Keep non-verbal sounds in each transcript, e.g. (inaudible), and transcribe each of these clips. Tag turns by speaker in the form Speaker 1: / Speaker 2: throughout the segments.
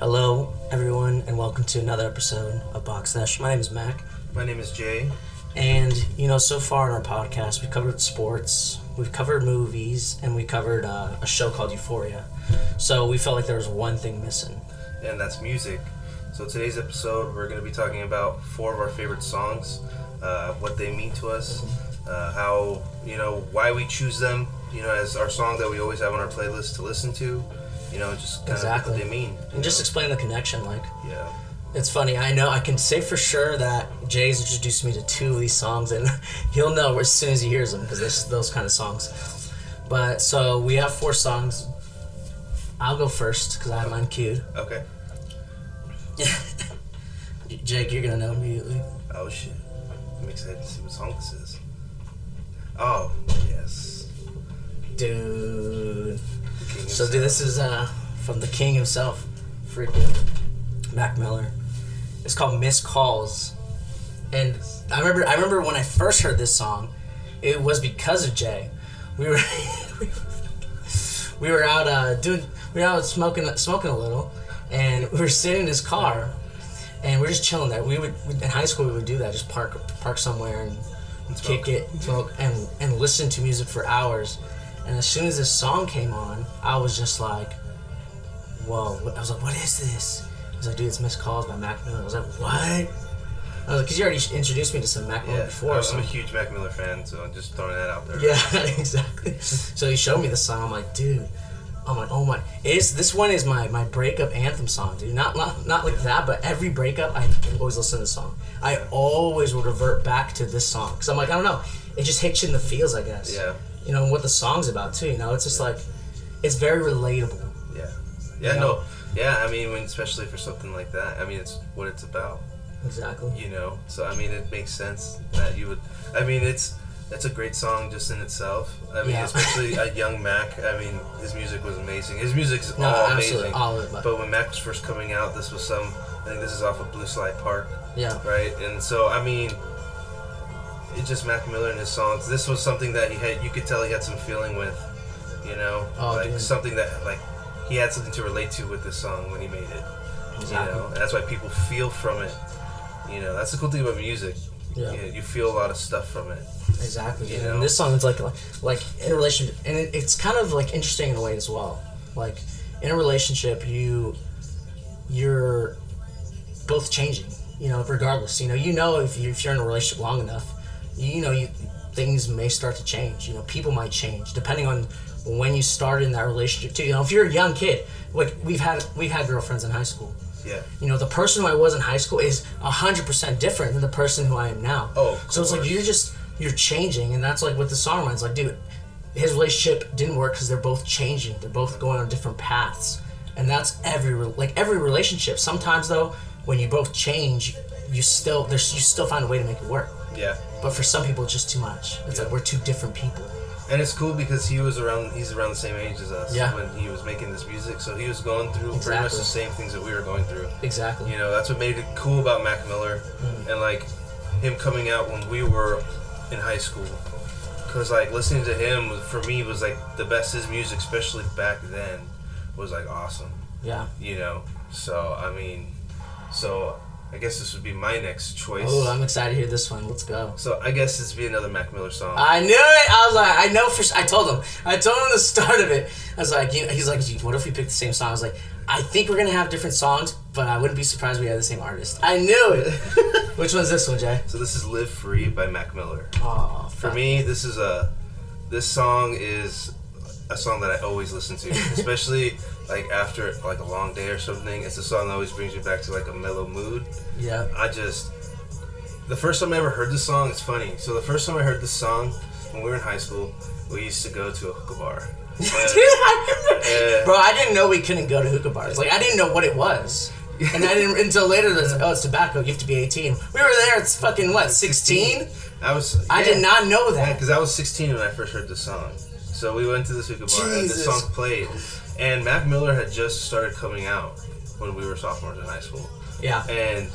Speaker 1: Hello, everyone, and welcome to another episode of Box Sesh. My name is Mac,
Speaker 2: My name is Jay.
Speaker 1: and you know, so far in our podcast, we've covered sports, we've covered movies, and we covered uh, a show called Euphoria. So we felt like there was one thing missing.
Speaker 2: and that's music. So today's episode, we're going to be talking about four of our favorite songs, uh, what they mean to us, uh, how you know why we choose them, you know, as our song that we always have on our playlist to listen to, you know, just kind
Speaker 1: Exactly.
Speaker 2: of what they mean. you
Speaker 1: And just
Speaker 2: know?
Speaker 1: explain the connection. Like,
Speaker 2: yeah,
Speaker 1: it's funny. I know I can say for sure that Jay's introduced me to two of these songs, and (laughs) he'll know as soon as he hears them because this those kind of songs. But so we have four songs. I'll go first because I have mine queued.
Speaker 2: okay.
Speaker 1: (laughs) Jake, you're gonna know immediately.
Speaker 2: Oh shit, I'm excited to see what song this is. Oh yes.
Speaker 1: Dude.
Speaker 2: The King
Speaker 1: So,
Speaker 2: himself.
Speaker 1: dude, this is uh, from the king himself, freaking Mac Miller. It's called Miss Calls. And I remember, I remember when I first heard this song, it was because of Jay. We were, (laughs) we were, we were out uh, doing, we were out smoking, smoking a little, and we were sitting in his car, and we are just chilling there. We would in high school we would do that, just park, park somewhere and
Speaker 2: Smoke.
Speaker 1: kick it, smoke, and and listen to music for hours. And as soon as this song came on, I was just like, "Whoa!" I was like, "What is this?" I was like, "Dude, it's Missed Calls by Mac Miller." I was like, "What?" I was like, "Cause you already introduced me to some Mac Miller
Speaker 2: Yeah,
Speaker 1: before."
Speaker 2: I'm,
Speaker 1: so-
Speaker 2: I'm a huge Mac Miller fan, so I'm just throwing that out there.
Speaker 1: yeah, (laughs) exactly. So he showed me the song. I'm like, dude. I'm like, oh my! It's this one is my my breakup anthem song, dude. Not not not like that, but every breakup, I always listen to this song. I always will revert back to this song because I'm like, I don't know, it just hits you in the feels, I guess.
Speaker 2: Yeah.
Speaker 1: You know and what the song's about too. You know, it's just like, it's very relatable.
Speaker 2: Yeah. Yeah,
Speaker 1: You know?
Speaker 2: no. Yeah, I mean, when, especially for something like that, I mean, it's what it's about,
Speaker 1: Exactly.
Speaker 2: you know? So, I mean, it makes sense that you would. I mean, it's it's a great song just in itself. I mean,
Speaker 1: Yeah. (laughs)
Speaker 2: especially a young Mac. I mean, his music was amazing. His music's
Speaker 1: No,
Speaker 2: all
Speaker 1: absolutely,
Speaker 2: amazing.
Speaker 1: all of it.
Speaker 2: But when Mac was first coming out, this was some. I think this is off of Blue Slide Park,
Speaker 1: yeah.
Speaker 2: right? And so, I mean, it's just Mac Miller and his songs. This was something that he had. You could tell he had some feeling with, you know,
Speaker 1: Oh,
Speaker 2: like
Speaker 1: dude.
Speaker 2: something that like he had something to relate to with this song when he made it.
Speaker 1: Exactly.
Speaker 2: You know, and that's why people feel from it. You know, that's the cool thing about music.
Speaker 1: Yeah.
Speaker 2: You, you feel a lot of stuff from it.
Speaker 1: Exactly.
Speaker 2: You
Speaker 1: and
Speaker 2: know?
Speaker 1: this song is like, like, like in a relationship, and it, it's kind of like interesting in a way as well. Like in a relationship, you, you're, both changing. You know, regardless. You know, you know if you if you're in a relationship long enough, you, you know you things may start to change. You know, people might change depending on when you started in that relationship too. You know, if you're a young kid, like we've had we've had girlfriends in high school.
Speaker 2: Yeah.
Speaker 1: You know, the person who I was in high school is 100% different than the person who I am now.
Speaker 2: Oh, of
Speaker 1: So it's like
Speaker 2: course.
Speaker 1: you're just, you're changing. And that's like what the song reminds. Like, dude, his relationship didn't work because they're both changing. They're both going on different paths. And that's every, re- like every relationship. Sometimes though, when you both change, you still, there's, you still find a way to make it work.
Speaker 2: Yeah.
Speaker 1: But for some people, it's just too much. It's like
Speaker 2: Yeah.
Speaker 1: we're two different people.
Speaker 2: And it's cool because he was around. He's around the same age as us
Speaker 1: Yeah.
Speaker 2: when he was making this music. So he was going through pretty much
Speaker 1: Exactly.
Speaker 2: the same things that we were going through.
Speaker 1: Exactly.
Speaker 2: You know, that's what made it cool about Mac Miller and like him coming out when we were in high school. Cause like listening to him was- for me was like the best his music, especially back then, was like awesome.
Speaker 1: Yeah.
Speaker 2: You know, so I mean, so I guess this would be my next choice.
Speaker 1: Oh, I'm excited to hear this one. Let's go.
Speaker 2: so I guess this would be another Mac Miller song.
Speaker 1: I knew it. I was like, I know for. s- I told him. I told him the (laughs) start of it. I was like, you he's like, "Gee, what if we pick the same song? I was like, I think we're gonna have different songs, but I wouldn't be surprised if we had the same artist. I knew it. Which one's this one, Jay?
Speaker 2: so this is "Live Free" by Mac Miller.
Speaker 1: Oh,
Speaker 2: For me, this is a this song is a song that I always
Speaker 1: (laughs)
Speaker 2: listen to, especially like after like a long day or something. It's a song that always brings me back to like a mellow mood. (laughs)
Speaker 1: Yeah.
Speaker 2: I just the first time I ever heard this song, it's funny. So the first time I heard this song when we were in high school, we used to go to a hookah
Speaker 1: (laughs)
Speaker 2: bar.
Speaker 1: Dude,
Speaker 2: And-
Speaker 1: I remember-
Speaker 2: Yeah.
Speaker 1: Bro, I didn't know we couldn't go to hookah bars. Like, I didn't know what it
Speaker 2: (laughs)
Speaker 1: was. And I didn't until later. That's like, oh, it's tobacco. You have to be 18. We were there. It's fucking what, 16?
Speaker 2: I was
Speaker 1: I
Speaker 2: yeah.
Speaker 1: did not know that.
Speaker 2: because I was 16 when I first heard the song. So we went to this hookah bar and the
Speaker 1: Jesus.
Speaker 2: song played. And Mac Miller had just started coming out when we were sophomores in high school.
Speaker 1: Yeah,
Speaker 2: And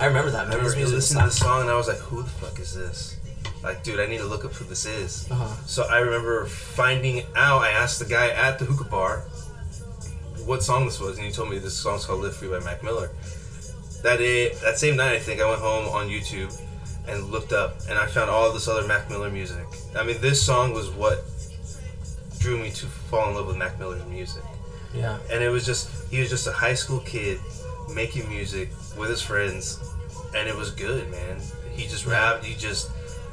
Speaker 1: I remember that.
Speaker 2: I
Speaker 1: Man.
Speaker 2: remember
Speaker 1: His music was
Speaker 2: listening to the
Speaker 1: sick.
Speaker 2: song and I was like, who the fuck is this? Like, dude, I need to look up who this is.
Speaker 1: Uh-huh.
Speaker 2: So I remember finding out, I asked the guy at the hookah bar what song this was, and you told me this song's called "Live Free" by Mac Miller. That day, that same night, I think I went home on YouTube and looked up, and I found all this other Mac Miller music. I mean, this song was what drew me to fall in love with Mac Miller's music,
Speaker 1: Yeah.
Speaker 2: and it was just he was just a high school kid making music with his friends, and it was good, man. He just rapped. He just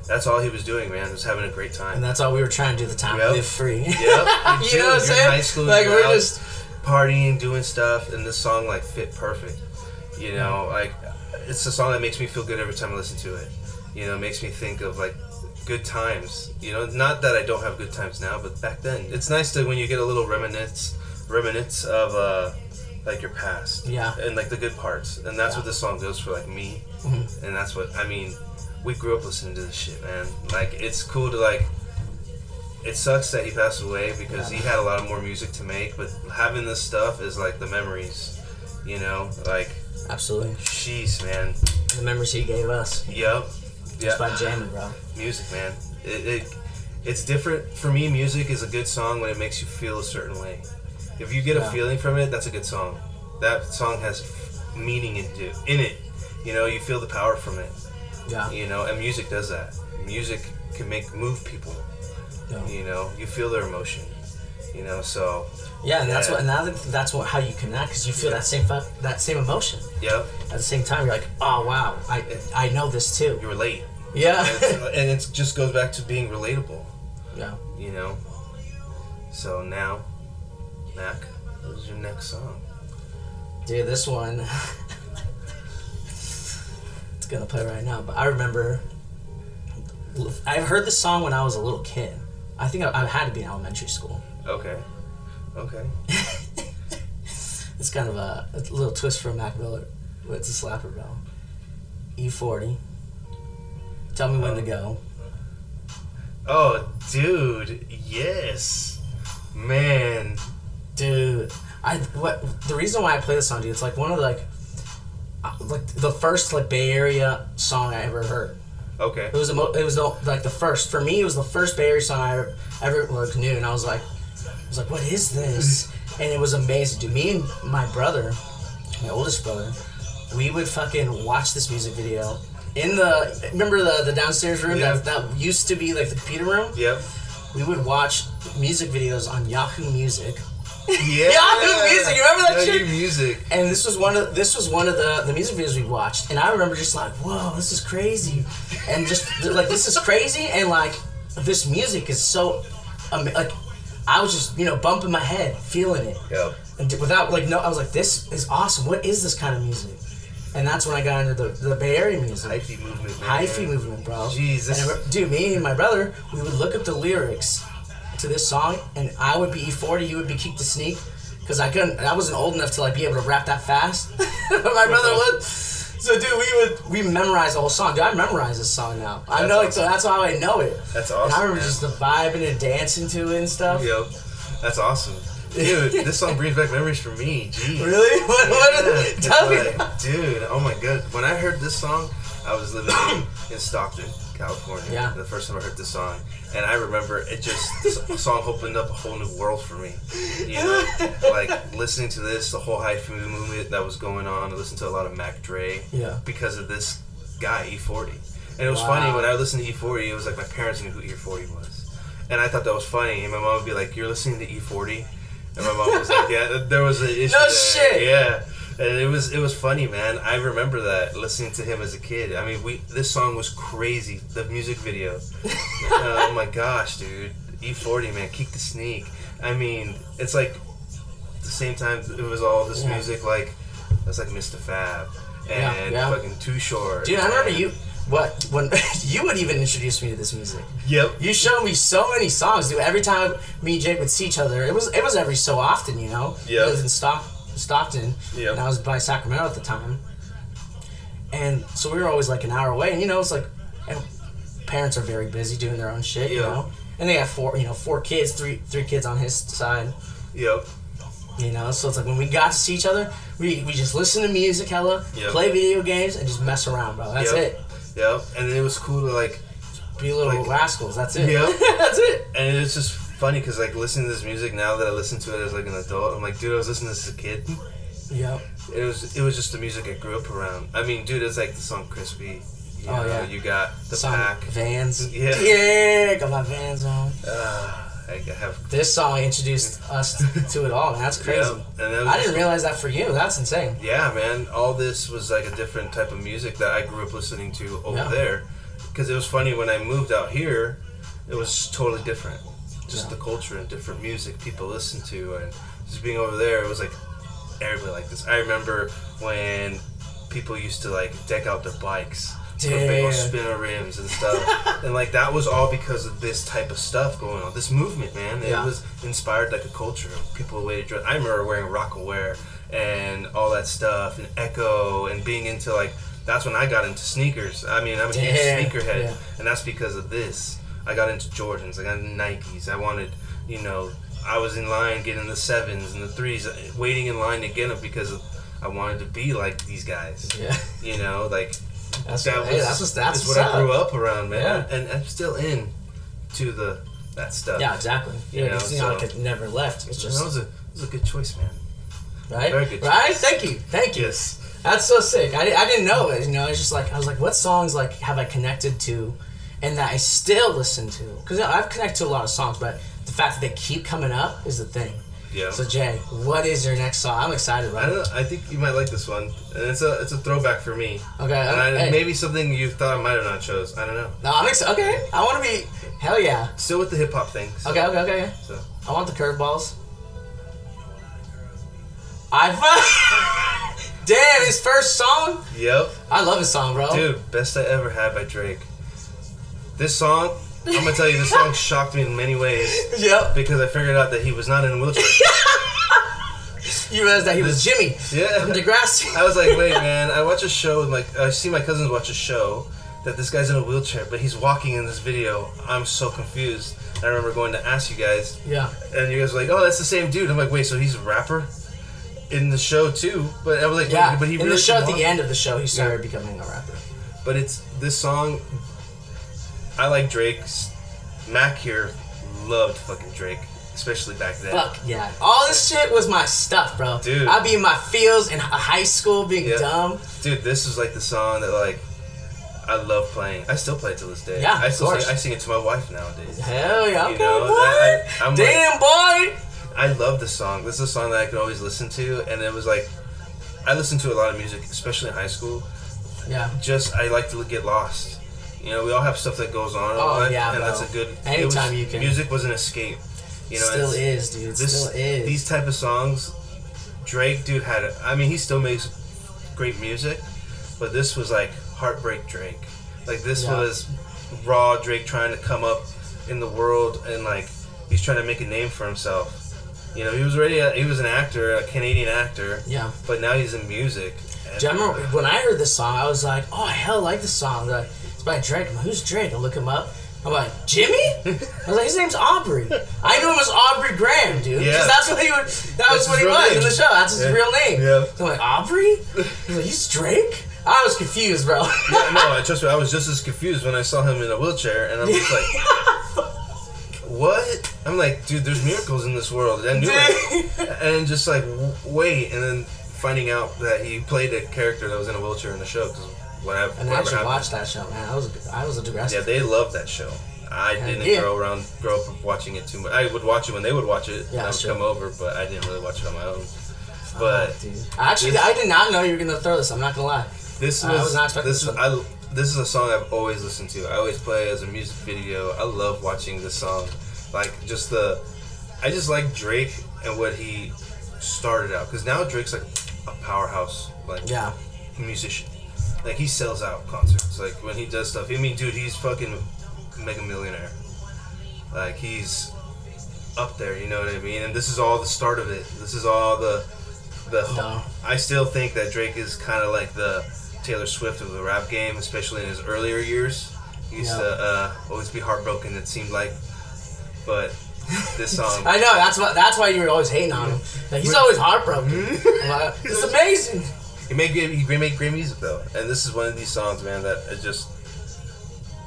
Speaker 2: that's all he was doing, man. Was having a great time.
Speaker 1: And that's all we were trying to do at the time.
Speaker 2: Yep.
Speaker 1: Live free. (laughs)
Speaker 2: Yep.
Speaker 1: you know what I'm
Speaker 2: You're
Speaker 1: saying?
Speaker 2: in High school,
Speaker 1: like
Speaker 2: you're
Speaker 1: we're
Speaker 2: out
Speaker 1: just
Speaker 2: partying, doing stuff, and this song like fit perfect. You know, like it's a song that makes me feel good every time I listen to it. You know, it makes me think of like good times. You know, not that I don't have good times now, but back then, it's nice to when you get a little reminisce, reminisce of uh, like your past.
Speaker 1: Yeah.
Speaker 2: And like the good parts, and that's what this song goes for, like me. And that's what I mean. We grew up listening to this shit, man. Like it's cool to like it sucks that he passed away because he had a lot of more music to make, but having this stuff is like the memories, you know? Like,
Speaker 1: absolutely
Speaker 2: jeez, man.
Speaker 1: the memories he gave us
Speaker 2: Yep.
Speaker 1: just by
Speaker 2: Yeah.
Speaker 1: jamming, bro.
Speaker 2: Music, man. It, it, it's different. For me, music is a good song when it makes you feel a certain way. If you get
Speaker 1: Yeah.
Speaker 2: a feeling from it, that's a good song. That song has f- meaning in, in it. You know, you feel the power from it,
Speaker 1: Yeah.
Speaker 2: you know? And music does that. Music can make move people,
Speaker 1: No.
Speaker 2: you know? You feel their emotion, you know? So,
Speaker 1: Yeah, and that's
Speaker 2: Yeah.
Speaker 1: what. And I think that's what how you connect because you feel that same fa- that same emotion
Speaker 2: yep.
Speaker 1: at the same time. You're like, oh wow, I I know this too.
Speaker 2: you relate.
Speaker 1: Yeah. (laughs)
Speaker 2: (laughs) and it just goes back to being relatable,
Speaker 1: yeah.
Speaker 2: you know? So now, Mac, what is your next song?
Speaker 1: Dude, this one. (laughs) it's gonna play right now, but I remember. I've heard this song when I was a little kid. I think I, I had to be in elementary school.
Speaker 2: Okay. Okay.
Speaker 1: It's kind of a, a little twist from Mac Miller. but It's a slapper, bro. E40. Tell me when to go.
Speaker 2: Oh, dude, yes. Man.
Speaker 1: dude. I what the reason why I play this song, dude. It's like one of the, like, uh, like the first like Bay Area song I ever heard.
Speaker 2: Okay.
Speaker 1: It was the mo- it was the, like the first for me. It was the first Bay Area song I ever, ever like knew, and I was like, I was like, what is this? And it was amazing. Dude, me and my brother, my oldest brother, we would fucking watch this music video in the remember the the downstairs room
Speaker 2: Yeah.
Speaker 1: that that used to be like the computer room. (laughs)
Speaker 2: Yep.
Speaker 1: We would watch music videos on Yahoo Music.
Speaker 2: Yeah.
Speaker 1: Yahoo Music, you remember that
Speaker 2: Yahoo
Speaker 1: shit?
Speaker 2: Music.
Speaker 1: And this was one of this was one of the, the music videos we watched, and I remember just like, whoa, this is crazy, and just like this is crazy, and like this music is so, um, like, I was just you know bumping my head, feeling it,
Speaker 2: Yep.
Speaker 1: and d- without like no, I was like, this is awesome. What is this kind of music? And that's when I got into the, the Bay Area music,
Speaker 2: Hyphy movement. man.
Speaker 1: hyphy movement, bro.
Speaker 2: Jesus.
Speaker 1: and I remember- dude, me and my brother, we would look up the lyrics to this song, and I would be E40, you would be Keep the Sneak, because I couldn't, I wasn't old enough to like be able to rap that fast, (laughs) but my brother would. So, dude, we would we memorize the whole song. Dude, I memorize this song now. I
Speaker 2: That's
Speaker 1: know, like,
Speaker 2: awesome.
Speaker 1: so that's how I know it.
Speaker 2: That's
Speaker 1: And I
Speaker 2: awesome,
Speaker 1: remember
Speaker 2: man.
Speaker 1: just the vibing and dancing to it and stuff.
Speaker 2: Yep. That's awesome. Dude, this song brings back memories for me. Jeez.
Speaker 1: Really? (laughs) What?
Speaker 2: Yeah,
Speaker 1: what tell me.
Speaker 2: like, dude. Oh my god! When I heard this song, I was living in Stockton, California.
Speaker 1: Yeah.
Speaker 2: The first time I heard this song, and I remember it just this song opened up a whole new world for me. You know, like listening to this, the whole hyphy movement that was going on. I listened to a lot of Mac Dre.
Speaker 1: Yeah.
Speaker 2: Because of this guy E40, and it was
Speaker 1: Wow.
Speaker 2: funny when I listened to E40, it was like my parents knew who E40 was. And I thought that was funny. And my mom would be like, "You're listening to E E40," and my mom was like, "Yeah, there was an issue."
Speaker 1: No
Speaker 2: there.
Speaker 1: shit.
Speaker 2: Yeah, and it was it was funny, man. I remember that listening to him as a kid. I mean, we this song was crazy. The
Speaker 1: (laughs)
Speaker 2: music video. oh my gosh, dude! E40, man, kick the sneak. I mean, it's like at the same time it was all this
Speaker 1: Yeah.
Speaker 2: music like that's like Mr. Fab
Speaker 1: Yeah,
Speaker 2: and
Speaker 1: yeah.
Speaker 2: fucking Too Short.
Speaker 1: Dude, I remember
Speaker 2: and-
Speaker 1: you. What? When (laughs) you would even introduce me to this music.
Speaker 2: Yep.
Speaker 1: You showed me so many songs, dude. Every time me and Jake would see each other, it was it was every so often, you know.
Speaker 2: Yeah.
Speaker 1: We lived in Stock, Stockton,
Speaker 2: Yeah.
Speaker 1: and I was by Sacramento at the time, and so we were always like an hour away, and you know, it's like, and parents are very busy doing their own shit, you
Speaker 2: Yeah.
Speaker 1: know, and they have four, you know, four kids, three three kids on his side,
Speaker 2: Yep.
Speaker 1: you know. So it's like when we got to see each other, we we just listen to music, hella,
Speaker 2: Yeah.
Speaker 1: play video games, and just mess around, bro. That's
Speaker 2: Yep.
Speaker 1: it.
Speaker 2: Yep. And then it was cool to like
Speaker 1: Be little
Speaker 2: Like-
Speaker 1: rascals. That's it.
Speaker 2: Yeah.
Speaker 1: (laughs) that's it.
Speaker 2: and it's just funny because like listening to this music now that I listen to it as like an adult, I'm like, dude, I was listening to this as a kid. (laughs)
Speaker 1: Yep.
Speaker 2: It was it was just the music I grew up around. I mean, dude, it's like the song "Crispy." You
Speaker 1: Oh,
Speaker 2: know,
Speaker 1: yeah.
Speaker 2: You got the
Speaker 1: song
Speaker 2: pack.
Speaker 1: Vans.
Speaker 2: Yeah.
Speaker 1: Yeah, got my Vans on.
Speaker 2: Uh, I have.
Speaker 1: This song introduced us to it all. Man. That's crazy.
Speaker 2: Yeah, and that was
Speaker 1: I
Speaker 2: just-
Speaker 1: didn't realize that for you. That's insane.
Speaker 2: Yeah, man. All this was like a different type of music that I grew up listening to over
Speaker 1: Yeah.
Speaker 2: there. Because it was funny when I moved out here, it was totally different. Just
Speaker 1: Yeah.
Speaker 2: the culture and different music people listen to, and just being over there, it was like everybody like this. I remember when people used to like deck out their bikes. with Big old
Speaker 1: Dude.
Speaker 2: spinner rims and
Speaker 1: (laughs)
Speaker 2: stuff, and like that was all because of this type of stuff going on. This movement, man, it
Speaker 1: Yeah.
Speaker 2: was inspired like a culture. People way to dress. I remember wearing rock aware and all that stuff, and Echo, and being into like. That's when I got into sneakers. I mean, I'm a huge
Speaker 1: Yeah,
Speaker 2: sneakerhead,
Speaker 1: yeah.
Speaker 2: and that's because of this. I got into Jordans. I got into Nikes. I wanted, you know, I was in line getting the sevens and the threes, waiting in line to get them because of, I wanted to be like these guys.
Speaker 1: Yeah.
Speaker 2: You know, like
Speaker 1: That's
Speaker 2: that
Speaker 1: what, hey, that's what's that's
Speaker 2: is
Speaker 1: what's
Speaker 2: what
Speaker 1: up.
Speaker 2: I grew up around, man.
Speaker 1: Yeah.
Speaker 2: And I'm still in to the that stuff.
Speaker 1: Yeah, exactly.
Speaker 2: You
Speaker 1: Yeah,
Speaker 2: know,
Speaker 1: it's not
Speaker 2: so-
Speaker 1: like it never left. It's
Speaker 2: And that
Speaker 1: just
Speaker 2: was a that was a good choice, man.
Speaker 1: right,
Speaker 2: very good.
Speaker 1: right. Thank you, thank you.
Speaker 2: Yes.
Speaker 1: That's so sick. I, di- I didn't know it. You know, it's just like I was like, what songs like have I connected to, and that I still listen to? Because I've connected to a lot of songs, but the fact that they keep coming up is the thing.
Speaker 2: Yeah.
Speaker 1: So Jay, what is your next song? I'm excited
Speaker 2: I
Speaker 1: about
Speaker 2: don't
Speaker 1: it.
Speaker 2: know, I think you might like this one, and it's a it's a throwback for me,
Speaker 1: Okay,
Speaker 2: and I,
Speaker 1: I, Uh, hey,
Speaker 2: maybe something you thought I might have not chose. I don't know.
Speaker 1: no, I'm excited. Okay, I want to be. Hell yeah.
Speaker 2: Still with the hip hop thing. so-
Speaker 1: Okay, okay, okay.
Speaker 2: So
Speaker 1: I want the curveballs. I fu- (laughs) damn his first song.
Speaker 2: yep,
Speaker 1: I love his song, bro.
Speaker 2: dude, best I ever had by Drake. This song, I'm gonna tell you,
Speaker 1: (laughs)
Speaker 2: this song shocked me in many ways
Speaker 1: (laughs) Yep.
Speaker 2: because I figured out that he was not in a wheelchair.
Speaker 1: (laughs) You realize that he was Jimmy from
Speaker 2: yeah.
Speaker 1: Degrassi.
Speaker 2: (laughs) I was like, wait, man. I watch a show with my. I see my cousins watch a show that this guy's in a wheelchair, but he's walking in this video. I'm so confused. I remember going to ask you guys,
Speaker 1: Yeah.
Speaker 2: and you guys were like, oh, that's the same dude. I'm like, wait, so he's a rapper in the show too? But I was like,
Speaker 1: Yeah.
Speaker 2: but he
Speaker 1: In
Speaker 2: really
Speaker 1: the show, at
Speaker 2: walked."
Speaker 1: the end of the show, he started becoming a rapper.
Speaker 2: But it's this song. I like Drake's. Mac here loved fucking Drake, especially back then.
Speaker 1: Fuck yeah. All this shit was my stuff, bro.
Speaker 2: Dude.
Speaker 1: I'd be in my fields in hi- high school being
Speaker 2: Yeah.
Speaker 1: dumb.
Speaker 2: Dude, this is like the song that like I love playing. I still play it to this day.
Speaker 1: Yeah,
Speaker 2: I
Speaker 1: of
Speaker 2: still
Speaker 1: course.
Speaker 2: Sing, I sing it to my wife nowadays.
Speaker 1: Hell yeah.
Speaker 2: You
Speaker 1: Okay,
Speaker 2: know,
Speaker 1: boy.
Speaker 2: that- I- I'm like-
Speaker 1: Damn, boy.
Speaker 2: I love this song. This is a song that I could always listen to, and it was like I listened to a lot of music, especially in high school.
Speaker 1: Yeah.
Speaker 2: Just I like to get lost. You know, we all have stuff that goes on. in
Speaker 1: Oh,
Speaker 2: life,
Speaker 1: yeah,
Speaker 2: and
Speaker 1: bro.
Speaker 2: that's a good. it
Speaker 1: Anytime
Speaker 2: was-
Speaker 1: you can-
Speaker 2: Music was an escape. You know,
Speaker 1: still is,
Speaker 2: it's-
Speaker 1: dude.
Speaker 2: this,
Speaker 1: still is.
Speaker 2: These type of songs, Drake dude had. A, I mean, he still makes great music, but this was like heartbreak Drake. Like this
Speaker 1: Yeah.
Speaker 2: was raw Drake trying to come up in the world and like he's trying to make a name for himself. You know, he was already a, he was an actor, a Canadian actor,
Speaker 1: yeah.
Speaker 2: but now he's in music. And-
Speaker 1: Do you remember when I heard this song? I was like, "Oh, I hell like this song." They're Like, it's by Drake. I'm like, Who's Drake? I look him up. I'm like, Jimmy? I
Speaker 2: (laughs)
Speaker 1: was like, his name's Aubrey. I knew him as Aubrey Graham, dude.
Speaker 2: Yeah.
Speaker 1: Because that's what he was. That was
Speaker 2: his
Speaker 1: what he
Speaker 2: real
Speaker 1: was in
Speaker 2: name.
Speaker 1: the show. That's his
Speaker 2: Yeah.
Speaker 1: real name.
Speaker 2: Yeah.
Speaker 1: So I'm like, Aubrey? He's like, he's Drake. I was confused, bro.
Speaker 2: Yeah, no, I trust me. I was just as confused when I saw him in a wheelchair, and I'm just like, "What?" I'm like, "Dude, there's miracles in this world." I knew it, and just like, w- wait, and then finding out that he played a character that was in a wheelchair in the show because whatever.
Speaker 1: and (laughs) I
Speaker 2: whatever
Speaker 1: actually
Speaker 2: happened.
Speaker 1: watched that show, man. I was I was a Degrassi.
Speaker 2: Yeah,
Speaker 1: fan.
Speaker 2: they love that show. I didn't
Speaker 1: yeah.
Speaker 2: grow around, grow up watching it too much. I would watch it when they would watch it.
Speaker 1: Yeah,
Speaker 2: and I would
Speaker 1: sure. Oh.
Speaker 2: come over, but I didn't really watch it on my own. But
Speaker 1: Dude. I Actually,
Speaker 2: This-
Speaker 1: I did not know you were gonna throw this. I'm not gonna lie.
Speaker 2: This
Speaker 1: I
Speaker 2: was,
Speaker 1: was not expecting
Speaker 2: this.
Speaker 1: this
Speaker 2: was- I this is a song I've always listened to. I always play it as a music video. I love watching this song, like just the. I just like Drake and what he started out because now Drake's like a powerhouse like
Speaker 1: Yeah.
Speaker 2: musician. Like he sells out concerts. Like when he does stuff. I mean, dude, he's fucking mega millionaire. Like he's up there. You know what I mean? And this is all the start of it. This is all the the.
Speaker 1: No.
Speaker 2: I still think that Drake is kind of like the Taylor Swift of the rap game, especially in his earlier years. He used to
Speaker 1: Yeah.
Speaker 2: uh, always be heartbroken. It seemed like, but this song.
Speaker 1: I know that's why that's why you were always hating on him. Like, he's always heartbroken.
Speaker 2: Hmm?
Speaker 1: I'm like, it's amazing.
Speaker 2: He made great, he made great music though, and this is one of these songs, man, that it just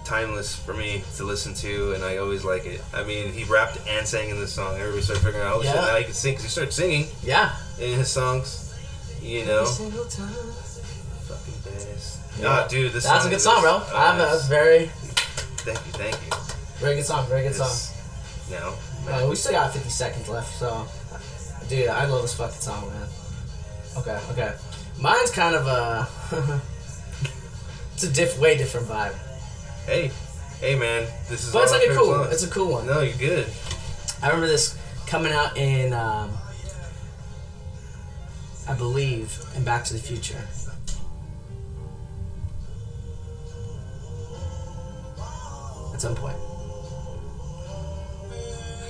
Speaker 2: timeless for me to listen to, and I always like it. I mean, he rapped and sang in this song. Everybody started figuring out, oh shit,
Speaker 1: Yeah.
Speaker 2: now he can sing 'cause he started singing
Speaker 1: Yeah.
Speaker 2: in his songs. You know, fucking badass. Nah, dude, this
Speaker 1: That's
Speaker 2: song
Speaker 1: a good
Speaker 2: is-
Speaker 1: song, bro.
Speaker 2: oh,
Speaker 1: I'm a
Speaker 2: it's-
Speaker 1: very,
Speaker 2: Thank you, thank you.
Speaker 1: very good song. Very good song.
Speaker 2: It's- Now,
Speaker 1: Uh, we still got 50 seconds left, so. Dude, I love this fucking song, man. Okay, okay. Mine's kind of a. (laughs) it's a diff, way different vibe.
Speaker 2: hey, hey, man, this is.
Speaker 1: But it's
Speaker 2: all
Speaker 1: like a
Speaker 2: my
Speaker 1: cool
Speaker 2: favorite
Speaker 1: one. It's a cool
Speaker 2: songs.
Speaker 1: one.
Speaker 2: No, you're good.
Speaker 1: I remember this coming out in, um, I believe, in Back to the Future. At some point.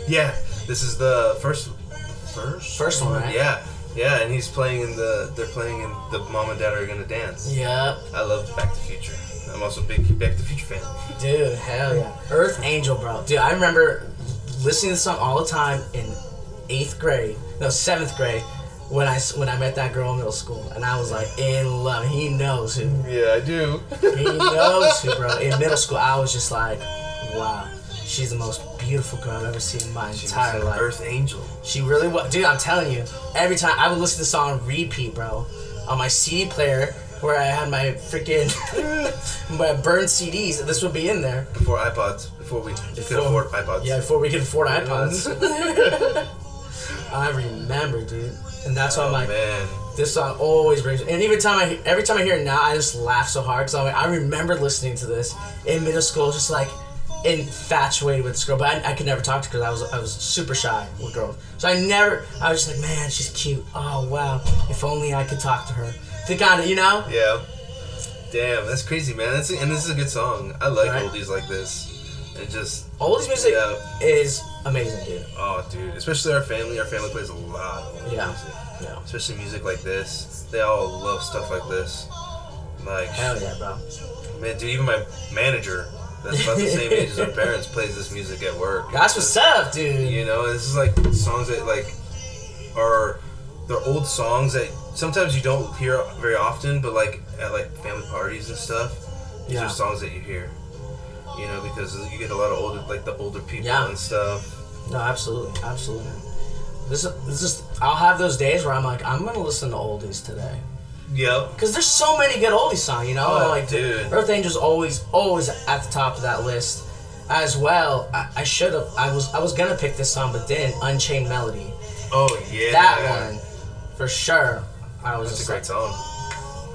Speaker 2: Yeah, this is the first, first,
Speaker 1: First one, right?
Speaker 2: Yeah, yeah, and he's playing in the. They're playing in the mom and dad are gonna dance.
Speaker 1: Yep.
Speaker 2: I love Back to the Future. I'm also a big Back to the Future fan.
Speaker 1: Dude, hell yeah. Earth Angel, bro. Dude, I remember listening to this song all the time in eighth grade, no, seventh grade, when I, s- when I met that girl in middle school. And I was like, in love. He knows who.
Speaker 2: Yeah, I do.
Speaker 1: He knows who, bro. In middle school, I was just like, wow. She's the most beautiful girl I've ever seen in my entire life.
Speaker 2: Earth Angel.
Speaker 1: She really was. Dude, I'm telling you, every time I would listen to the song on repeat, bro, on my CD player where I had my freaking (laughs) my burned CDs, this would be in there.
Speaker 2: Before iPods, before we could
Speaker 1: Before-
Speaker 2: afford iPods.
Speaker 1: Yeah, before we could afford iPods.
Speaker 2: (laughs)
Speaker 1: (laughs) I remember, dude, and that's why I'm
Speaker 2: Oh
Speaker 1: like,
Speaker 2: man,
Speaker 1: this song always brings. And even time I, every time I hear it now, I just laugh so hard because I'm like, I remember listening to this in middle school, just like infatuated with this girl, but I, I could never talk to her because I was I was super shy with girls. So I never, I was just like, man, she's cute. Oh wow, if only I could talk to her. The kind of, you know,
Speaker 2: yeah. Damn, that's crazy, man. That's and this is a good song. I like
Speaker 1: Right.
Speaker 2: oldies like this. It just
Speaker 1: oldies music
Speaker 2: Yeah.
Speaker 1: is amazing, dude.
Speaker 2: oh, dude. Especially our family. Our family plays a lot of oldies
Speaker 1: Yeah.
Speaker 2: music.
Speaker 1: Yeah.
Speaker 2: Especially music like this. They all love stuff like this. Like
Speaker 1: Hell yeah, bro.
Speaker 2: man, dude. Even my manager, that's
Speaker 1: (laughs)
Speaker 2: about the same age as our parents, plays this music at work.
Speaker 1: That's what's up, dude.
Speaker 2: You know, this is like songs that like are they're old songs that sometimes you don't hear very often, but like at like family parties and stuff, these
Speaker 1: Yeah.
Speaker 2: are songs that you hear. You know, because you get a lot of older like the older people
Speaker 1: Yeah.
Speaker 2: and stuff.
Speaker 1: No, absolutely, absolutely. This is this is. I'll have those days where I'm like, I'm gonna listen to oldies today
Speaker 2: Yep.
Speaker 1: because there's so many good oldies songs. You know,
Speaker 2: Oh,
Speaker 1: like
Speaker 2: dude.
Speaker 1: Earth Angel's always always at the top of that list. As well, I, I should have. I was I was gonna pick this song, but then Unchained Melody,
Speaker 2: Oh yeah.
Speaker 1: that one, for sure. I was
Speaker 2: It's a
Speaker 1: just
Speaker 2: great
Speaker 1: like,
Speaker 2: song.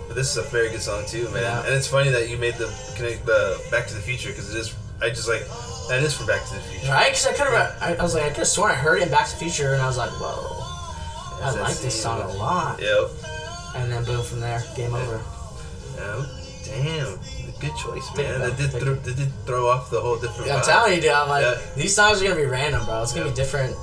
Speaker 2: But this is a very good song too, man.
Speaker 1: Yeah.
Speaker 2: And it's funny that you made the connect the Back to the Future because it is. I just like that is from Back to the Future.
Speaker 1: right? Because I could have. I, I was like, I could have sworn I heard it in Back to the Future, and I was like, whoa, I
Speaker 2: It's that
Speaker 1: like this
Speaker 2: scene
Speaker 1: song a
Speaker 2: with-
Speaker 1: lot.
Speaker 2: Yep.
Speaker 1: And then boom, from there, game over.
Speaker 2: Oh, damn. Good choice, man.
Speaker 1: about
Speaker 2: That
Speaker 1: it.
Speaker 2: did, thro- that did throw off the whole different
Speaker 1: Yeah, I'm
Speaker 2: vibe.
Speaker 1: telling you, dude. I'm like,
Speaker 2: Yeah.
Speaker 1: these songs are gonna be random, bro. It's gonna
Speaker 2: Yeah.
Speaker 1: be different.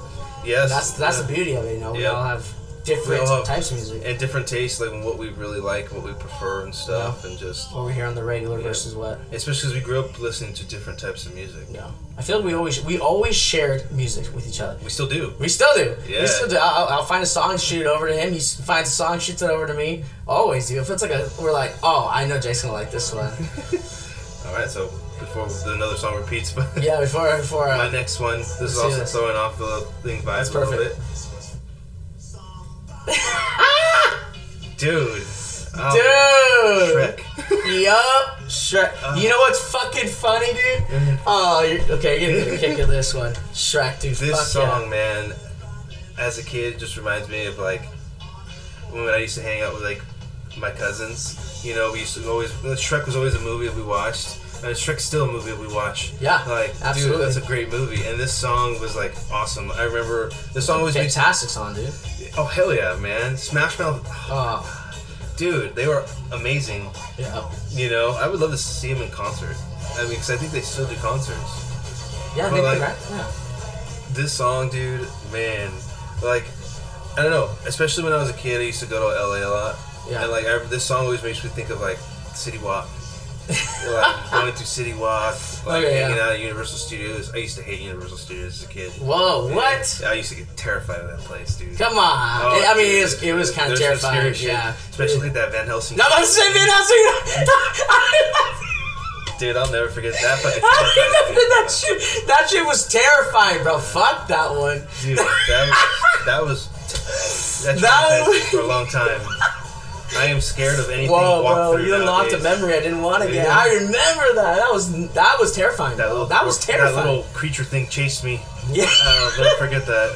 Speaker 2: Yes.
Speaker 1: That's that's
Speaker 2: yeah.
Speaker 1: the beauty of it, you know. We
Speaker 2: Yeah.
Speaker 1: all have different
Speaker 2: We all have-
Speaker 1: types of music.
Speaker 2: And different tastes, like what we really like, what we prefer, and stuff, and just.
Speaker 1: What we hear on the regular
Speaker 2: Yeah.
Speaker 1: versus what.
Speaker 2: Especially because we grew up listening to different types of music.
Speaker 1: Yeah, I feel like we always we always shared music with each other.
Speaker 2: We still do.
Speaker 1: We still do.
Speaker 2: Yeah.
Speaker 1: We still do. I'll, I'll- I'll find a song, shoot it over to him. He s- finds a song, shoots it over to me. Always do. If it's like a, we're like, oh, I know Jason will like this
Speaker 2: (laughs)
Speaker 1: one.
Speaker 2: All right, so before another song repeats, (laughs) but
Speaker 1: yeah, before before.
Speaker 2: my
Speaker 1: Uh,
Speaker 2: next one, this is
Speaker 1: do
Speaker 2: also
Speaker 1: this.
Speaker 2: throwing off the thing vibe
Speaker 1: That's
Speaker 2: a little
Speaker 1: perfect. (laughs)
Speaker 2: bit. Dude. Oh,
Speaker 1: dude. (laughs)
Speaker 2: Shrek.
Speaker 1: Yup. Shrek. you know what's fucking funny, dude? Oh, you're, okay, you're gonna get a kick at this one. Shrek, dude.
Speaker 2: This
Speaker 1: fuck
Speaker 2: song,
Speaker 1: Yeah.
Speaker 2: man, as a kid, just reminds me of like when I used to hang out with like my cousins. You know, we used to always Shrek was always a movie we watched. And Shrek's still a movie we watch.
Speaker 1: Yeah,
Speaker 2: like
Speaker 1: absolutely.
Speaker 2: dude, that's a great movie. And this song was like awesome. I remember this song always made.
Speaker 1: Fantastic song, dude.
Speaker 2: Oh hell yeah, man! Smash Mouth,
Speaker 1: Oh,
Speaker 2: dude, they were amazing.
Speaker 1: yeah.
Speaker 2: You know, I would love to see them in concert. I mean, because I think they still do concerts.
Speaker 1: Yeah,
Speaker 2: But
Speaker 1: they
Speaker 2: like-
Speaker 1: did, right? Yeah.
Speaker 2: this song, dude, man, like, I don't know. Especially when I was a kid, I used to go to LA a lot,
Speaker 1: Yeah.
Speaker 2: and like I, this song always makes me think of like City Walk,
Speaker 1: (laughs)
Speaker 2: like going to City Walk, like
Speaker 1: Okay,
Speaker 2: hanging
Speaker 1: yeah.
Speaker 2: out at Universal Studios. I used to hate Universal Studios as a kid.
Speaker 1: Whoa, what?
Speaker 2: I used to get terrified of that place, dude.
Speaker 1: Come on.
Speaker 2: Oh,
Speaker 1: I mean,
Speaker 2: dude,
Speaker 1: it was, it was kind of
Speaker 2: there's some
Speaker 1: terrifying.
Speaker 2: scary shit,
Speaker 1: Yeah.
Speaker 2: especially that Van Helsing. (laughs)
Speaker 1: No, I'm saying, man, I'm saying.
Speaker 2: Dude, I'll never forget that fucking.
Speaker 1: (laughs) I remember (laughs) that shit. That shit was terrifying, bro. Fuck that one.
Speaker 2: Dude, that was that was that
Speaker 1: That
Speaker 2: traumatized
Speaker 1: was-
Speaker 2: me for a long time. I am scared of anything.
Speaker 1: Whoa,
Speaker 2: walk
Speaker 1: bro,
Speaker 2: through
Speaker 1: you unlocked a
Speaker 2: nowadays.
Speaker 1: memory I didn't want to get.
Speaker 2: Yeah.
Speaker 1: I remember that. That was that was terrifying.
Speaker 2: That
Speaker 1: bro.
Speaker 2: little
Speaker 1: that was terrifying.
Speaker 2: (laughs) That little creature thing chased me.
Speaker 1: yeah.
Speaker 2: I'll never forget that.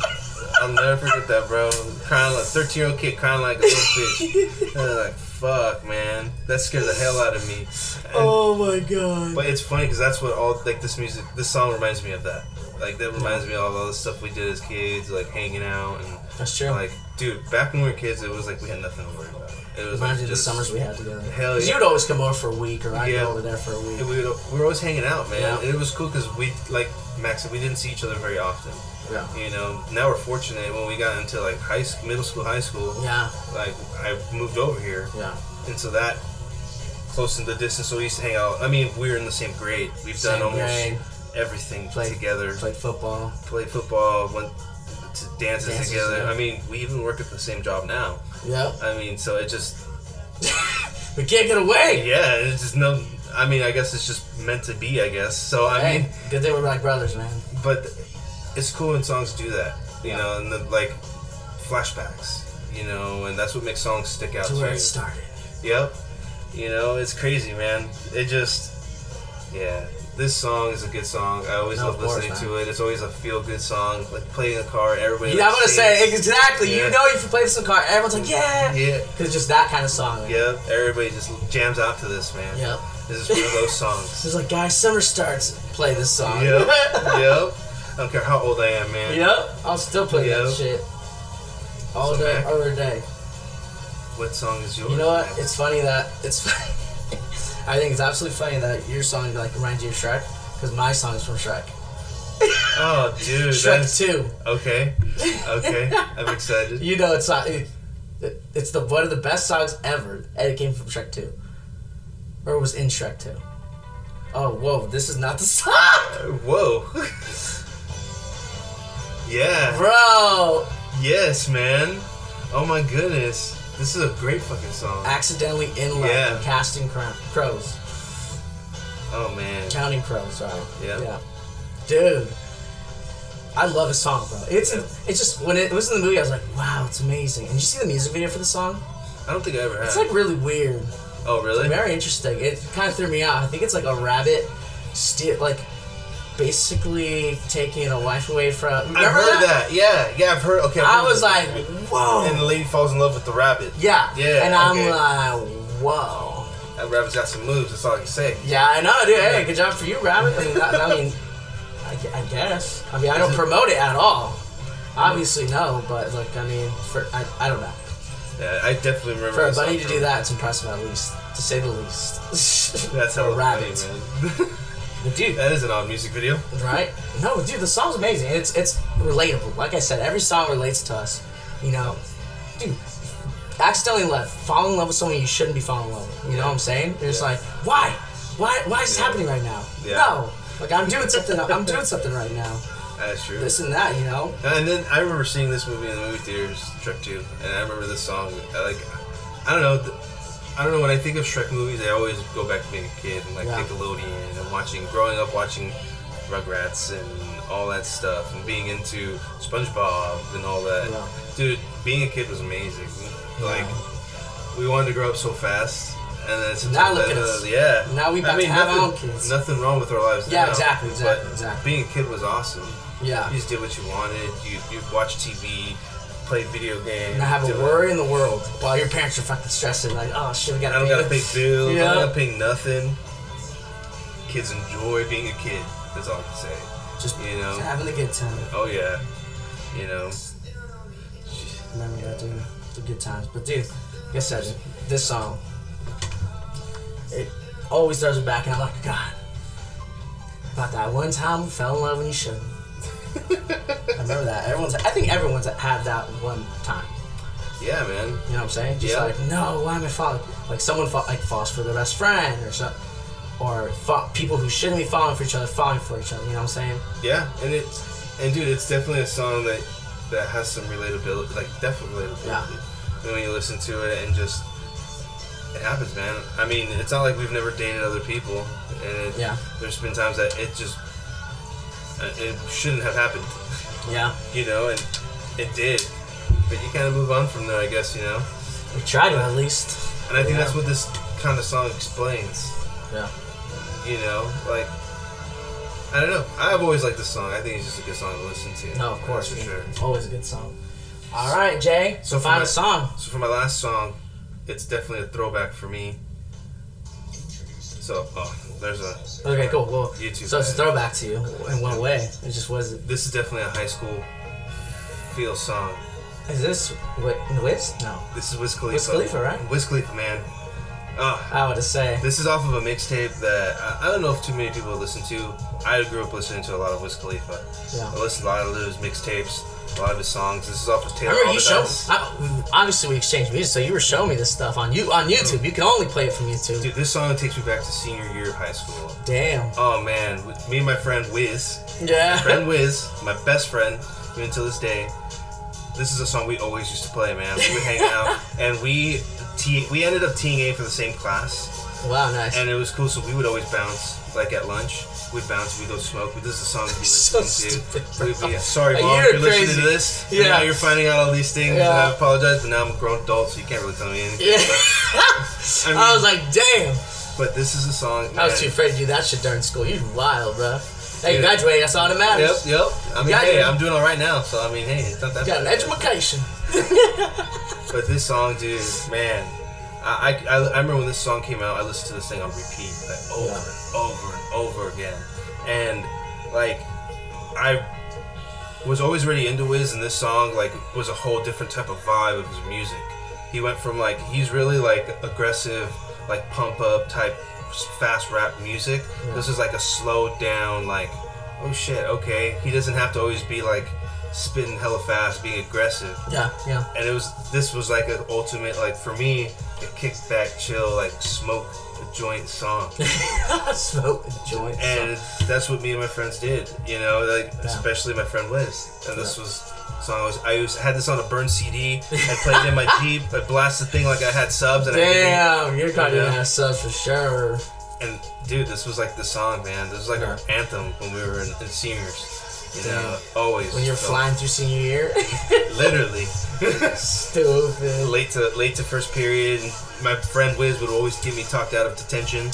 Speaker 2: I'll never forget that, bro. Crying like thirteen year old kid crying like a
Speaker 1: (laughs)
Speaker 2: little bitch. And I'm like, fuck, man, that scared the hell out of me. And-
Speaker 1: oh my god.
Speaker 2: But it's funny because that's what all like this music, this song reminds me of that. Like that reminds me of all the stuff we did as kids, like hanging out and
Speaker 1: That's true.
Speaker 2: like, dude, back when we were kids, it was like we had nothing to worry about. It
Speaker 1: Reminds
Speaker 2: was
Speaker 1: me
Speaker 2: like,
Speaker 1: of the
Speaker 2: just-
Speaker 1: summers we had together.
Speaker 2: Hell
Speaker 1: 'Cause
Speaker 2: yeah.
Speaker 1: You'd always come over for a week, or I'd
Speaker 2: Yeah.
Speaker 1: go over there for a week.
Speaker 2: We, would, we were always hanging out, man.
Speaker 1: Yeah.
Speaker 2: And it was cool because we, like Max, said, we didn't see each other very often.
Speaker 1: Yeah.
Speaker 2: You know, now we're fortunate when we got into like high school, middle school, high school.
Speaker 1: Yeah.
Speaker 2: Like I moved over here,
Speaker 1: Yeah.
Speaker 2: and so that close in the distance. So we used to hang out. I mean, we were in the same grade. We've
Speaker 1: Same
Speaker 2: done almost
Speaker 1: grade.
Speaker 2: everything
Speaker 1: Played-
Speaker 2: together.
Speaker 1: Played football.
Speaker 2: Played football. Went to dances,
Speaker 1: Dances,
Speaker 2: together.
Speaker 1: yeah.
Speaker 2: I mean, we even work at the same job now.
Speaker 1: Yeah.
Speaker 2: I mean, so it just
Speaker 1: (laughs) We can't get away.
Speaker 2: Yeah, it's just no. I mean, I guess it's just meant to be. I guess so. I
Speaker 1: hey,
Speaker 2: mean,
Speaker 1: good thing we're like brothers, man.
Speaker 2: but it's cool when songs do that, you
Speaker 1: Yeah.
Speaker 2: know, and the, like flashbacks, you know, and that's what makes songs stick out
Speaker 1: To
Speaker 2: to,
Speaker 1: where
Speaker 2: you.
Speaker 1: it started.
Speaker 2: Yep. You know, it's crazy, man. It just, yeah. This song is a good song. I always
Speaker 1: No,
Speaker 2: love
Speaker 1: of course,
Speaker 2: listening
Speaker 1: man.
Speaker 2: to it. It's always a feel good song. Like playing in the car, everybody.
Speaker 1: Yeah, I'm gonna
Speaker 2: like,
Speaker 1: say
Speaker 2: sings.
Speaker 1: exactly.
Speaker 2: Yeah.
Speaker 1: You know, if you play some car, everyone's like, yeah.
Speaker 2: Yeah.
Speaker 1: Cause just that kind of song. man.
Speaker 2: Yep. Everybody just jams out to this, man.
Speaker 1: Yep.
Speaker 2: This is one of those songs.
Speaker 1: So it's like, guys, summer starts. Play this (laughs) song.
Speaker 2: Yep. yep. I don't care how old I am, man.
Speaker 1: Yep, I'll still play that
Speaker 2: Yep.
Speaker 1: shit. All
Speaker 2: So,
Speaker 1: day,
Speaker 2: Mac-
Speaker 1: every day.
Speaker 2: What song is yours?
Speaker 1: You know what?
Speaker 2: Max?
Speaker 1: It's funny that it's. (laughs) Funny. I think it's absolutely funny that your song like reminds you of Shrek, because my song is from Shrek.
Speaker 2: oh,
Speaker 1: (laughs)
Speaker 2: dude.
Speaker 1: Shrek
Speaker 2: That's,
Speaker 1: Two.
Speaker 2: okay. Okay. I'm
Speaker 1: (laughs)
Speaker 2: excited.
Speaker 1: You know, it's not. It, it's the one of the best songs ever, and it came from Shrek Two, or it was in Shrek Two. Oh, whoa! This is not the (laughs) song,
Speaker 2: Whoa. (laughs) yeah.
Speaker 1: bro.
Speaker 2: Yes, man. Oh my goodness. This is a great fucking song.
Speaker 1: Accidentally in love,
Speaker 2: Yeah.
Speaker 1: and casting cr- crows,
Speaker 2: Oh man.
Speaker 1: counting crows. Sorry.
Speaker 2: Yeah.
Speaker 1: Yeah. Dude. I love his song, bro. It's it's just when it was in the movie, I was like, wow, it's amazing. And you see the music video for the song?
Speaker 2: I don't think I ever
Speaker 1: It's
Speaker 2: have.
Speaker 1: like really weird,
Speaker 2: oh really?
Speaker 1: very interesting. It kind of threw me out. I think it's like a rabbit, sti- like basically taking a wife away from.
Speaker 2: I've
Speaker 1: Remember
Speaker 2: heard that? Yeah. Yeah. I've heard. Okay. I've
Speaker 1: I
Speaker 2: heard
Speaker 1: was
Speaker 2: that.
Speaker 1: like,
Speaker 2: And the
Speaker 1: whoa.
Speaker 2: lady falls in love with the rabbit.
Speaker 1: Yeah.
Speaker 2: Yeah,
Speaker 1: And I'm
Speaker 2: okay.
Speaker 1: like, whoa.
Speaker 2: That rabbit's got some moves. That's all I can say.
Speaker 1: Yeah, I know, dude. Hey, good job for you, Rabbit. I mean, that, I, mean I, gue- I guess. I mean, I don't promote it at all. Obviously, no, but like, I mean, for I, I don't know.
Speaker 2: Yeah. I definitely remember.
Speaker 1: For a
Speaker 2: that song
Speaker 1: bunny to
Speaker 2: from-
Speaker 1: do that, it's impressive, at least to say the least. (laughs)
Speaker 2: That's
Speaker 1: For
Speaker 2: how
Speaker 1: a rabbit,
Speaker 2: man. (laughs)
Speaker 1: but dude,
Speaker 2: that is an odd music video.
Speaker 1: right? No, dude, the song's amazing. It's it's relatable. Like I said, every song relates to us. You know, dude. Accidentally left, fall in love with someone you shouldn't be falling in love with. You know what I'm saying? You're just
Speaker 2: Yeah.
Speaker 1: like, why? Why? Why is this
Speaker 2: Yeah.
Speaker 1: happening right now?
Speaker 2: Yeah.
Speaker 1: No, like I'm doing something. I'm doing something right now.
Speaker 2: That's true.
Speaker 1: this and that, you know?
Speaker 2: And then I remember seeing this movie in the movie theaters, Shrek 2, and I remember this song. I, like, I don't know, th- I don't know. When I think of Shrek movies, I always go back to being a kid and like
Speaker 1: Yeah.
Speaker 2: Nickelodeon and watching, growing up watching Rugrats and all that stuff, and being into SpongeBob and all that.
Speaker 1: Yeah.
Speaker 2: Dude, being a kid was amazing. Like,
Speaker 1: Yeah.
Speaker 2: we wanted to grow up so fast. And then sometimes
Speaker 1: Now look
Speaker 2: that-
Speaker 1: at us.
Speaker 2: Yeah.
Speaker 1: Now we about to have our
Speaker 2: nothing,
Speaker 1: own kids.
Speaker 2: Nothing wrong with our lives.
Speaker 1: Yeah,
Speaker 2: now,
Speaker 1: exactly, exactly,
Speaker 2: but
Speaker 1: exactly.
Speaker 2: Being a kid was awesome.
Speaker 1: Yeah.
Speaker 2: You just did what you wanted. You you watch TV, play video games.
Speaker 1: Not have
Speaker 2: do
Speaker 1: a
Speaker 2: it.
Speaker 1: worry in the world while your parents are fucking stressing, like, oh shit, we gotta
Speaker 2: I don't gotta pay
Speaker 1: this.
Speaker 2: bills. I
Speaker 1: Yeah.
Speaker 2: don't gotta pay nothing. Kids enjoy being a kid. That's all I can say.
Speaker 1: Just,
Speaker 2: you know.
Speaker 1: just having a good time.
Speaker 2: Oh yeah, you know.
Speaker 1: Remember that, dude. The good times. But, dude, like I said, this song, it always throws me back, and I'm like, God, about that one time we fell in love when you shouldn't. I remember that. Everyone's, I think everyone's had that one time.
Speaker 2: Yeah, man.
Speaker 1: You know what I'm saying? Just
Speaker 2: Yeah.
Speaker 1: like, no, why am I falling? Like someone fall, like falls for their best friend or something, or fa- people who shouldn't be falling for each other falling for each other. You know what I'm saying?
Speaker 2: Yeah, and it's and dude, it's definitely a song that that has some relatability, like definitely relatability.
Speaker 1: Yeah.
Speaker 2: And when you listen to it and just it happens, man. I mean, it's not like we've never dated other people. And it,
Speaker 1: Yeah.
Speaker 2: There's been times that it just uh, it shouldn't have happened, (laughs)
Speaker 1: Yeah,
Speaker 2: you know, and it did. But you kind of move on from there, I guess, you know.
Speaker 1: we try to at least.
Speaker 2: And I think
Speaker 1: Yeah.
Speaker 2: that's what this kind of song explains.
Speaker 1: Yeah.
Speaker 2: You know, like I don't know. I've always liked this song. I think it's just a good song to listen to.
Speaker 1: No, of course,
Speaker 2: that's for sure.
Speaker 1: It's always a good song. All right, Jay. So
Speaker 2: So for
Speaker 1: find
Speaker 2: my-
Speaker 1: a song.
Speaker 2: So for my last song, it's definitely a throwback for me. So oh, there's a
Speaker 1: Okay, cool. Well,
Speaker 2: You too,
Speaker 1: so it's a
Speaker 2: man.
Speaker 1: throwback to you in one way. It just was.
Speaker 2: This is definitely a high school feel song.
Speaker 1: Is this what Wiz? No,
Speaker 2: This is Wiz Khalifa.
Speaker 1: Wiz Khalifa, right?
Speaker 2: Wiz Khalifa, man. Ah,
Speaker 1: I would say.
Speaker 2: this is off of a mixtape that I, I don't know if too many people listen to. I grew up listening to a lot of Wiz Khalifa.
Speaker 1: Yeah.
Speaker 2: I listened to a lot of his mixtapes, a lot of his songs. This is off of
Speaker 1: I
Speaker 2: Taylor.
Speaker 1: remember you showed.
Speaker 2: Alderdice.
Speaker 1: I, obviously, we exchanged music, so you were showing me this stuff on you on YouTube. You can only play it from YouTube.
Speaker 2: Dude, this song takes me back to senior year of high school.
Speaker 1: Damn.
Speaker 2: Oh man, with me and my friend Wiz,
Speaker 1: Yeah.
Speaker 2: friend Wiz, my best friend, even to this day. This is a song we always used to play, man. We would hang
Speaker 1: (laughs)
Speaker 2: out, and we te- we ended up teeing A for the same class,
Speaker 1: (laughs) Wow. Nice.
Speaker 2: and it was cool. So we would always bounce, like at lunch, we'd bounce, we'd go smoke. But this is a song we
Speaker 1: So
Speaker 2: listened
Speaker 1: stupid,
Speaker 2: to.
Speaker 1: bro.
Speaker 2: We'd
Speaker 1: (laughs)
Speaker 2: be, sorry,
Speaker 1: Like,
Speaker 2: mom,
Speaker 1: you're
Speaker 2: if you're listening to
Speaker 1: crazy.
Speaker 2: this.
Speaker 1: Yeah.
Speaker 2: Yeah, now you're finding out all these things, and
Speaker 1: Yeah.
Speaker 2: I apologize. But now I'm a grown adult, so you can't really tell me
Speaker 1: yeah. (laughs)
Speaker 2: anything. I mean-
Speaker 1: I was like, damn.
Speaker 2: But this is a song.
Speaker 1: I was
Speaker 2: man.
Speaker 1: too afraid to do that shit during school. You wild, bro. Hey, you
Speaker 2: Dude.
Speaker 1: graduated. That's all that
Speaker 2: Yep,
Speaker 1: matters.
Speaker 2: yep. I mean,
Speaker 1: Yeah,
Speaker 2: hey,
Speaker 1: dude.
Speaker 2: I'm doing all right now, so I mean, hey, it's not that
Speaker 1: Got an
Speaker 2: bad.
Speaker 1: education.
Speaker 2: But this song, dude, man, I, I, I remember when this song came out, I listened to this thing on repeat, like over
Speaker 1: Yeah.
Speaker 2: and over and over again. And, like, I was always really into Wiz, and this song, like, was a whole different type of vibe of his music. He went from, like, he's really, like, aggressive, like, pump up type s- fast rap music. This is, like, a slowed down, like, oh shit, okay. He doesn't have to always be, like, spitting hella fast, being aggressive
Speaker 1: Yeah. Yeah. (laughs)
Speaker 2: and it was this was like an ultimate like for me a kickback chill like smoke a
Speaker 1: (laughs)
Speaker 2: joint song
Speaker 1: Smoke a joint.
Speaker 2: and that's what me and my friends did you know like especially my friend Liz and this was song I was I used, had this on a burned
Speaker 1: (laughs)
Speaker 2: CD I played it in my Jeep I blasted the thing like I had subs and everything.
Speaker 1: Damn, you're cutting
Speaker 2: Yeah.
Speaker 1: that stuff for sure.
Speaker 2: and dude this was like the song man this was like our
Speaker 1: Yeah.
Speaker 2: anthem when we were in, in seniors you
Speaker 1: Damn.
Speaker 2: know always
Speaker 1: When you're
Speaker 2: So,
Speaker 1: flying through senior
Speaker 2: (laughs)
Speaker 1: year,
Speaker 2: literally
Speaker 1: (laughs) stupid.
Speaker 2: late to late to first period. and My friend Wiz would always get me talked out of detention,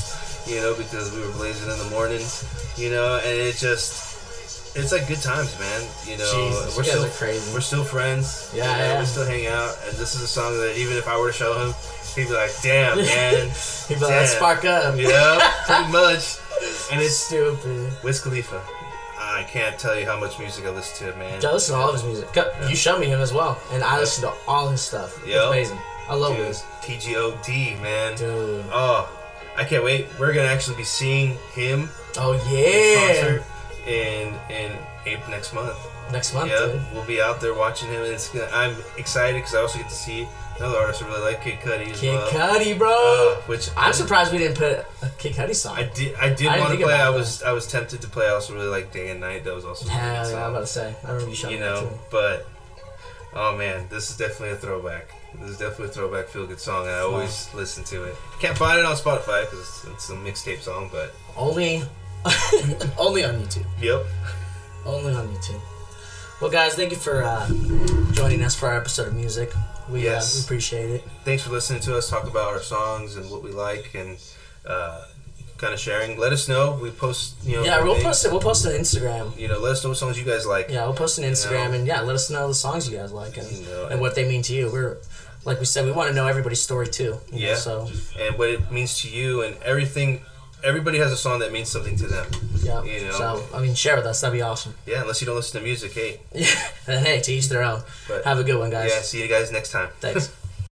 Speaker 2: you know, because we were blazing in the mornings, you know, and it just it's like good times, man. You know,
Speaker 1: Jesus,
Speaker 2: we're
Speaker 1: you guys
Speaker 2: still
Speaker 1: are crazy.
Speaker 2: We're still friends. you
Speaker 1: Yeah,
Speaker 2: know,
Speaker 1: yeah.
Speaker 2: we still hang out. And this is a song that even if I were to show him, he'd be like, "Damn, man." (laughs)
Speaker 1: People like, let's
Speaker 2: Damn.
Speaker 1: spark up. (laughs)
Speaker 2: yeah, pretty much. And it's
Speaker 1: Stupid.
Speaker 2: Wiz Khalifa. I can't tell you how much music I listen to, man.
Speaker 1: I listen to all of his music. Co- You showed me him as well, and I listen to all his stuff. It's
Speaker 2: Yeah.
Speaker 1: amazing. I love
Speaker 2: Dude,
Speaker 1: this.
Speaker 2: TGOD, man.
Speaker 1: Dude.
Speaker 2: Oh, I can't wait. We're gonna actually be seeing him
Speaker 1: Oh yeah.
Speaker 2: concert in in April next month.
Speaker 1: Next month,
Speaker 2: Yeah,
Speaker 1: dude.
Speaker 2: we'll be out there watching him, and it's gonna, I'm excited because I also get to see another artist I really like, Kid Cudi as
Speaker 1: Kid
Speaker 2: well.
Speaker 1: Cudi, bro.
Speaker 2: Uh, which
Speaker 1: I'm surprised we didn't put a Kid Cudi song.
Speaker 2: I did. I did
Speaker 1: I didn't
Speaker 2: want to
Speaker 1: think
Speaker 2: play.
Speaker 1: about
Speaker 2: I
Speaker 1: that.
Speaker 2: was. I was tempted to play. I also really like Day and Night. That was also. a really
Speaker 1: Hell
Speaker 2: good
Speaker 1: yeah, I'm
Speaker 2: song,
Speaker 1: about to say. I remember you showing
Speaker 2: you
Speaker 1: me that,
Speaker 2: know,
Speaker 1: too.
Speaker 2: but oh man, this is definitely a throwback. This is definitely a throwback feel good song, and I always listen to it. Can't find it on Spotify because it's, it's a mixtape song, but
Speaker 1: Only, (laughs) only on YouTube.
Speaker 2: yep.
Speaker 1: Only on YouTube. Well, guys, thank you for uh, joining us for our episode of music. We,
Speaker 2: Yes.
Speaker 1: uh, we appreciate it.
Speaker 2: thanks for listening to us talk about our songs and what we like and uh, kind of sharing. Let us know. We post, you know,
Speaker 1: Yeah, we'll
Speaker 2: things.
Speaker 1: post it. We'll post it on Instagram.
Speaker 2: You know, let us know what songs you guys like.
Speaker 1: Yeah, we'll post on Instagram,
Speaker 2: know?
Speaker 1: and yeah, let us know the songs you guys like and,
Speaker 2: You know,
Speaker 1: and what they mean to you. We're like we said, we want to know everybody's story too. you know,
Speaker 2: Yeah.
Speaker 1: so
Speaker 2: And what it means to you and everything. Everybody has a song that means something to them.
Speaker 1: yeah.
Speaker 2: You know.
Speaker 1: So I mean, share with us. That'd be awesome. (laughs)
Speaker 2: Yeah, unless you don't listen to music, hey.
Speaker 1: and hey, to each their own.
Speaker 2: But
Speaker 1: Have a good one, guys.
Speaker 2: yeah, see you guys next time.
Speaker 1: Thanks.